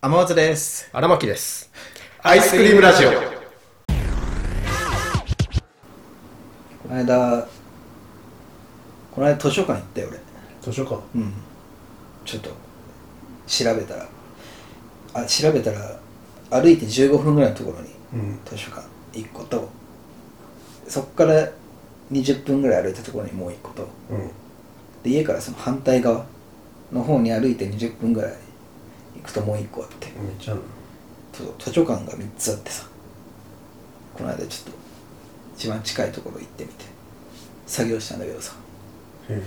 天松です。荒牧です。アイスクリームラジオこの間、この間図書館行ったよ俺。図書館。うん。ちょっと、調べたら、あ、調べたら、歩いて15分ぐらいのところにうん。図書館1個と、そっから20分ぐらい歩いたところにもう1個と、うん。で家からその反対側の方に歩いて20分ぐらい行くともう1個あって。めっちゃあんのそう図書館が3つあってさこの間ちょっと一番近いところ行ってみて作業したんだけどさへ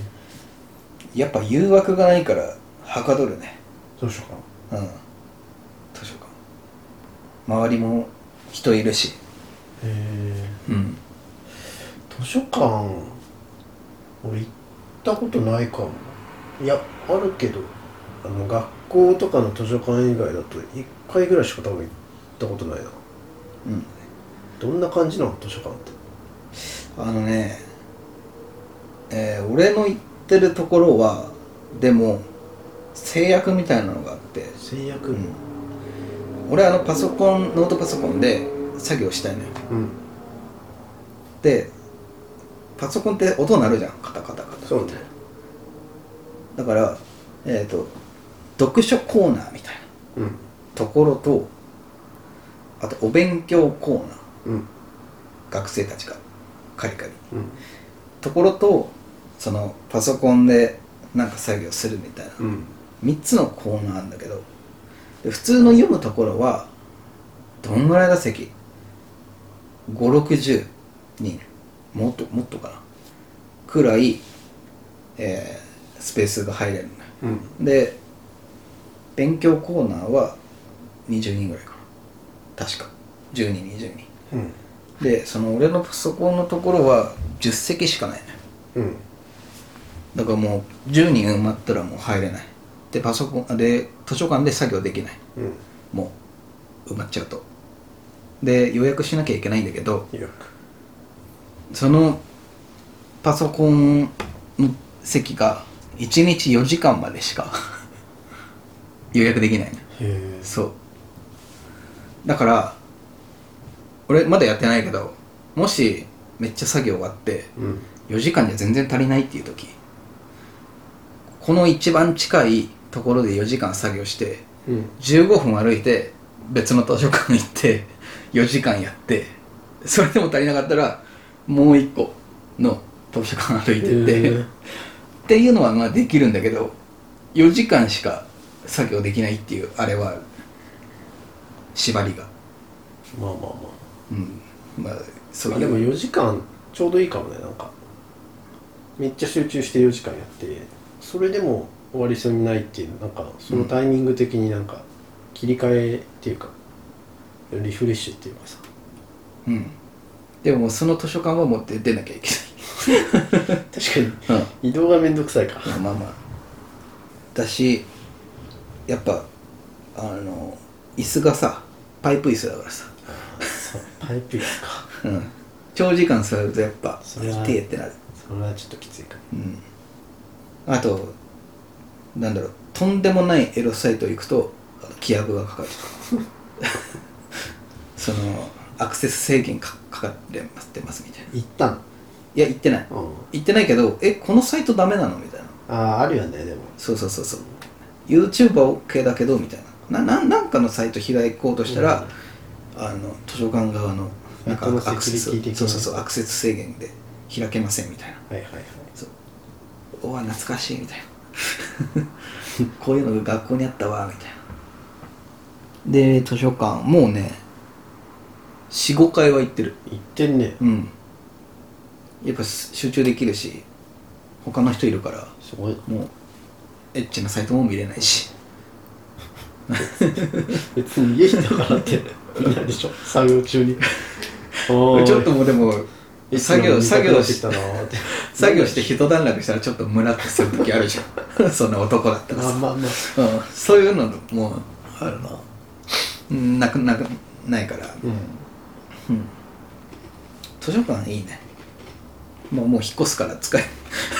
え。やっぱ誘惑がないからはかどるね図書館。うん図書館周りも人いるしへえ。うん図書館。俺行ったことないかも。いや、あるけど。あの学校とかの図書館以外だと、一回ぐらいしか多分行ったことないな。うんどんな感じなの、図書館って。あのねえー俺の行ってるところはでも制約みたいなのがあって制約。うん俺あのパソコンノートパソコンで作業したいのようん。でパソコンって音鳴るじゃんカタカタカタそうね。だからえっ、と読書コーナーみたいなうん。ところとあとお勉強コーナーうん。学生たちがカリカリうん。ところとそのパソコンでなんか作業するみたいなうん。 3つのコーナーなんだけどで普通の読むところはどんぐらいだ席560人もっともっとかなくらい、えースペースが入れるのようん。で勉強コーナーは20人ぐらいかな確か10人20人うん。でその俺のパソコンのところは10席しかないのようん。だからもう10人埋まったらもう入れないでパソコンで図書館で作業できないうん。もう埋まっちゃうとで予約しなきゃいけないんだけど予約。そのパソコンの席が1日4時間までしか 予約できないのへえ。そうだから俺まだやってないけどもしめっちゃ作業があってうん。 4時間じゃ全然足りないっていう時この一番近いところで4時間作業してうん。 15分歩いて別の図書館行って4時間やってそれでも足りなかったらもう一個の図書館歩いてって、へっえていうのはまあできるんだけど4時間しか作業できないっていうあれはある縛りがまあまあまあ。うんまあそうあいでうも4時間ちょうどいいかもねなんかめっちゃ集中して4時間やってそれでも終わりそうにないっていうなんかそのタイミング的になんか切り替えっていうかリフレッシュっていうかさうんでももうその図書館は持って出なきゃいけ確かない、うんに移動がめんどくさいかまあまあまあだしやっぱあの椅子がさパイプ椅子だからさ、そうパイプですかうん、長時間座るとやっぱそれは痛えってなる、それはちょっときついかうん、あとなんだろうとんでもないエロサイト行くとあの規約が かかるそのアクセス制限かかかってますみたいない行ったんや行ってないうん行ってないけどえこのサイトダメなのみたいなあああるよねでもそうそうそうそう YouTube は OK だけどみたいななななんかのサイト開こうとしたら、あの図書館側のなんかネットのアクセスセキュリティ的なそうそうそうアクセス制限で開けませんみたいなはいはいはいおわ懐かしいみたいな こういうのが学校にあったわみたいなで図書館もうね45回は行ってる行ってんねうんやっぱ集中できるし他の人いるからすごいもうエッチなサイトも見れないし別に家にいたからって見ないでしょ作業中 におーいちょっともうでもいつの作業間作業に痛くなってきしたなーって 作業して一段落したらちょっとムラっとする時あるじゃ んそんな男だったらまあさ、まあまあうん、そういうのもうあるなうんなくなくないから、うんうん、図書館いいねもうもう引っ越すから使え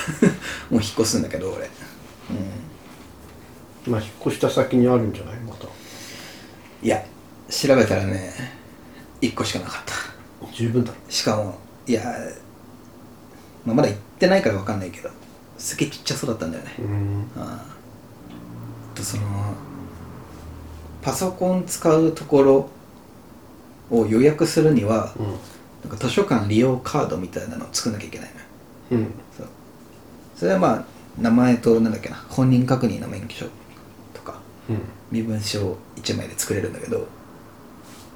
もう引っ越すんだけど俺、うん、まあ引っ越した先にあるんじゃないまたいや調べたらね1個しかなかった十分だろしかもいや、まあ、まだ行ってないから分かんないけどすげえちっちゃそうだったんだよねうんああとそのパソコン使うところを予約するにはなんか図書館利用カードみたいなのを作んなきゃいけないのようんうんそうそれはまあ名前となんだっけな本人確認の免許証とかうん身分証1枚で作れるんだけど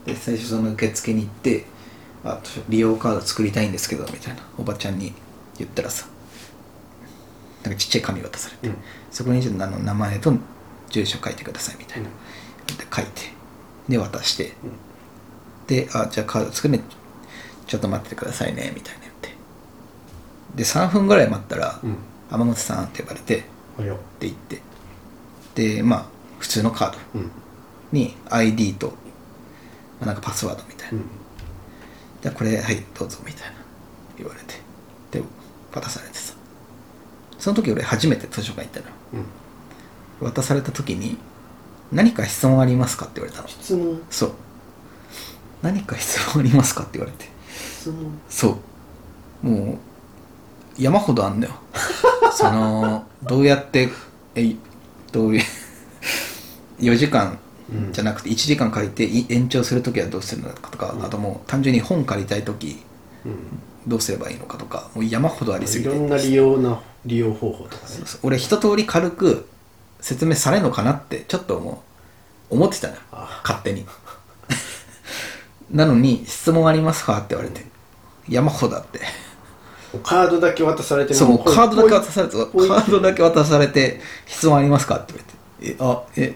で最初その受付に行って「あ図書利用カード作りたいんですけど」みたいなおばちゃんに言ったらさなんかちっちゃい紙渡されて、うんそこにちょっとあの名前と住所書いてくださいみたいな、で書いてで渡して、うんで「あじゃあカード作るねちょっと待っててくださいね」みたいな言ってで3分ぐらい待ったらうん「天本さん」って呼ばれておはよって言ってでまあ普通のカードううんに ID と、まあなんかパスワードみたいな、うんじゃあこれはいどうぞみたいな言われてで渡されてさその時俺初めて図書館行ったのようん渡された時に「何か質問ありますか?」って言われたの質問そう「何か質問ありますか?」って言われて質問そうもう山ほどあんだよ そのどうやってえどういう 4時間うんじゃなくて1時間借りてい延長する時はどうするのかとか、うんあともう単純に本借りたい時うんどうすればいいのかとかもう山ほどありすぎいてろんな利用な利用方法とかそねうそう俺一通り軽く説明されるのかなってちょっともう思ってたのよあ勝手に なのに「質問ありますか?」って言われて山ほどあってカードだけ渡されてそうもうこいカードだけ渡こされてカこいードだけ渡されて「質問ありますか?」って言われて「えあえ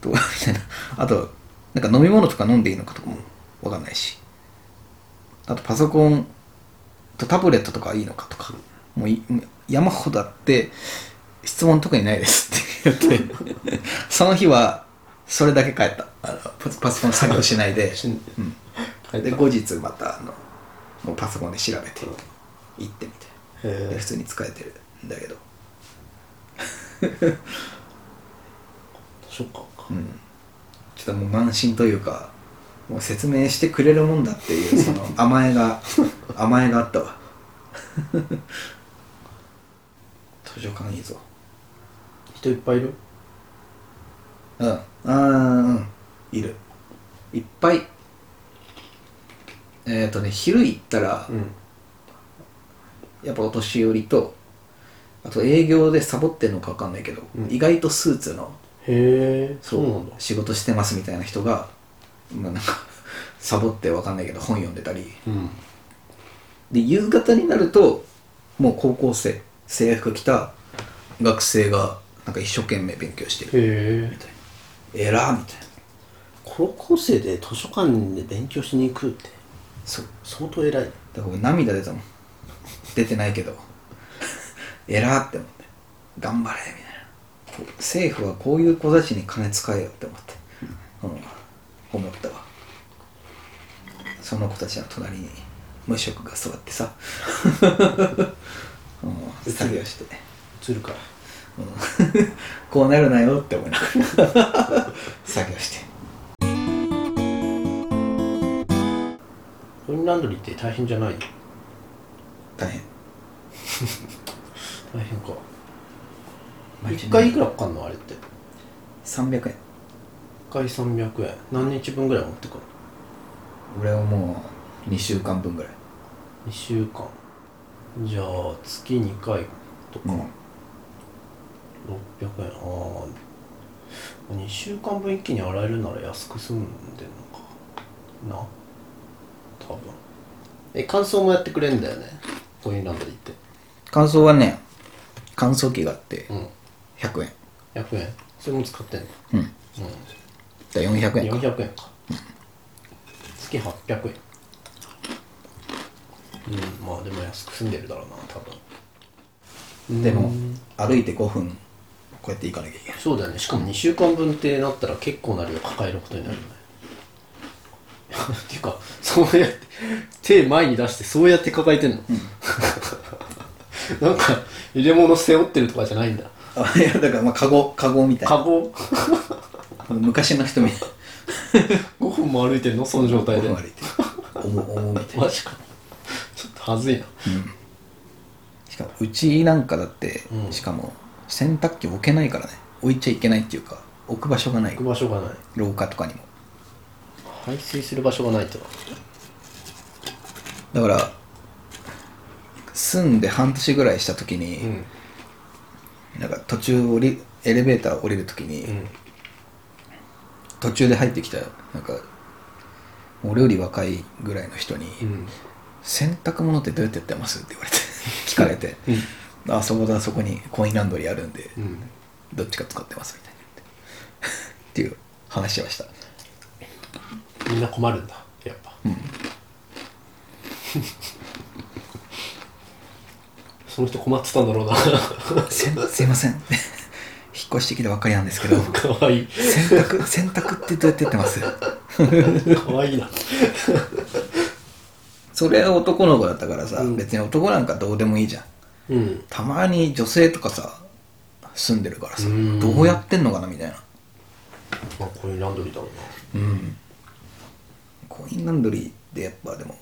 どう?」みたいなあとなんか飲み物とか飲んでいいのかとかも分かんないしあとパソコンとタブレットとかいいのかとかもういもう山ほどあって「質問特にないです」って言って その日はそれだけ帰ったあのパソパソコン作業しないでい、しんうん、書いてである後日またあのもうパソコンで調べて行ってみて。へ普通に使えてるんだけど、ー図書館かうん、ちょっともう慢心というかもう説明してくれるもんだっていうその甘え が甘えがあったわ図書館いいぞ人いっぱいいるうんあーうんいるいっぱいえっ、ー、とね昼行ったらうんやっぱお年寄りとあと営業でサボってんのかわかんないけど、うん意外とスーツのへえそそううなんだ仕事してますみたいな人が、まあ、なんか サボってわかんないけど本読んでたりうんで夕方になるともう高校生制服着た学生がなんか一生懸命勉強してるへえみたいなえらーみたいな高校生で図書館で勉強しに行くってそう相当偉いだから僕涙出たもん出てないけど えらーって思って頑張れみたいなこう政府はこういう子たちに金使えよって思って、うん、思ったわその子たちの隣に無職が座ってさ、 うん、作業して、映るからうん こうなるなよって思いなが ら作業してコインランドリーって大変じゃない大変大変か毎日一ね回いくらかかんのあれって一300円回300円何日分ぐらい持ってくる俺はもう2週間分ぐらいの2週間じゃあ月2回とうか、ん600円ああ2週間分一気に洗えるなら安く済んでんのかな多分え乾燥もやってくれんだよねコインランドリーって乾燥はね乾燥機があってうん100円100円それも使ってんのうんだから400うん円か400円か月800円うんまあでも安く済んでるだろうな多分でもうん歩いて5分こうやって行かなきゃいけないそうだよねしかも2週間分ってなったら結構な量抱えることになるよね っていうかそうやって手前に出してそうやって抱えてんの、 なんか入れ物背負ってるとかじゃないんだ あいやだからまあカゴカゴみたいカなゴあの昔の人みたい5分も歩いてんのその状態でな歩いてる重重みたいなマジかちょっとはずいなしかもうちなんかだって、うんしかも洗濯機置けないからね置いちゃいけないっていうか置く場所がない行く場所がない廊下とかにも排水する場所がないとだから住んで半年ぐらいした時うに、んなんか途中降りエレベーター降りる時に、うん途中で入ってきたなんか俺より若いぐらいの人に、うん洗濯物ってどうやってやってます?」って言われ て聞かれてう「んあそこだそこにコインランドリーあるんでうんどっちか使ってます」みたいな言ってっていう話はしたみんな困るんだやっぱ、 その人困ってたんだろうな 「せんすいません」 引っ越してきたばっかりなんですけどかわ いい洗濯 洗濯ってどうやってやってますかわいいなそれは男の子だったからさ、うん別に男なんかどうでもいいじゃんうんたまに女性とかさ住んでるからさうんどうやってんのかなみたいなまあこういうランドリーだろううんコインランドリーってやっぱでも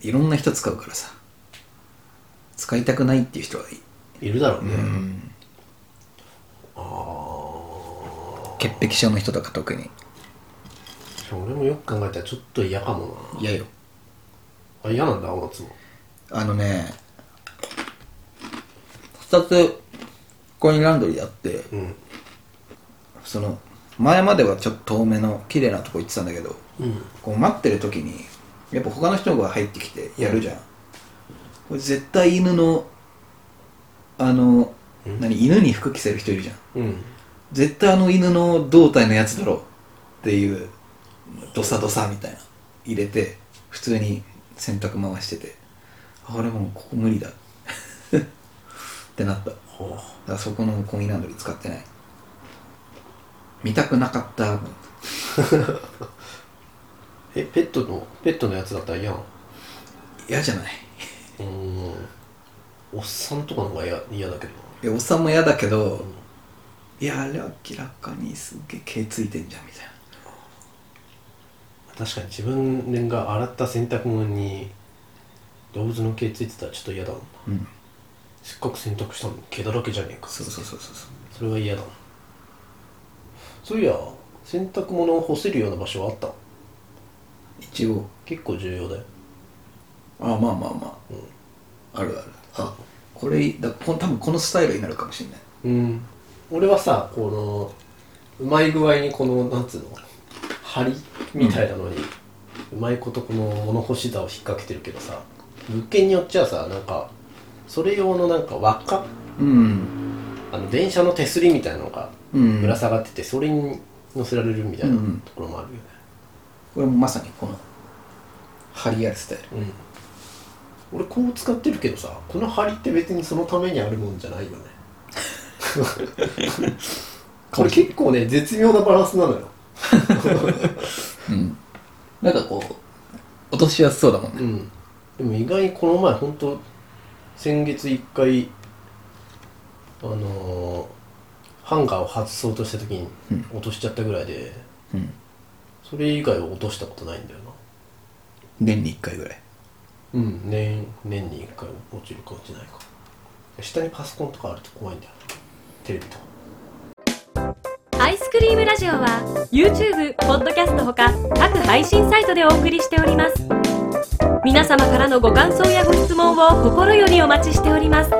いろんな人使うからさ使いたくないっていう人はいないるだろうね、うんああ潔癖症の人とか特に俺もよく考えたらちょっと嫌かもな嫌よあ嫌なんだ青松もあのね2つコインランドリーあってうんその前まではちょっと遠めの綺麗なとこ行ってたんだけどうんこう待ってる時にやっぱ他の人が入ってきてやるじゃん、これ絶対犬のあの、うん何犬に服着せる人いるじゃんうん絶対あの犬の胴体のやつだろっていうドサドサみたいな入れて普通に洗濯回しててあれもうここ無理だ ってなっただかほらそこのコインランドリー使ってない見たくなかったうえペットのペットのやつだったら嫌なの嫌じゃないうーんおっさんとかの方が嫌嫌だけどないやおっさんも嫌だけど、いやあれ明らかにすげえ毛ついてんじゃんみたい確かに自分が洗った洗濯物に動物の毛ついてたらちょっと嫌だもんななうんせっかく洗濯したのに毛だらけじゃねえかそうそうそうそうそうそれは嫌だなそういや洗濯物を干せるような場所はあった一応結構重要だよあまあまあまあ、あるあるあこれだこ多分このスタイルになるかもしれないうん俺はさこのうまい具合にこのなんつうの針みたいなのに、うまいことこの物干し竿を引っ掛けてるけどさ物件によっちゃさなんかそれ用のなんか輪っかうんあの電車の手すりみたいなのがうんぶら下がっててそれに乗せられるみたいなところもあるよねこれもまさにこの張り合うスタイルうん、俺こう使ってるけどさこの針って別にそのためにあるもんじゃないよねこれ結構ね絶妙なバランスなの ようんなんかこう落としやすそうだもんねうんでも意外にこの前本当先月一回あのーハンガーを外そうとした時にうん落としちゃったぐらいで、うんそれ以外は落としたことないんだよな年に1回ぐらいうん年年に1回落ちるか落ちないか下にパソコンとかあると怖いんだよなテレビとかアイスクリームラジオは YouTube、ポッドキャストほか各配信サイトでお送りしております皆様からのご感想やご質問を心よりお待ちしております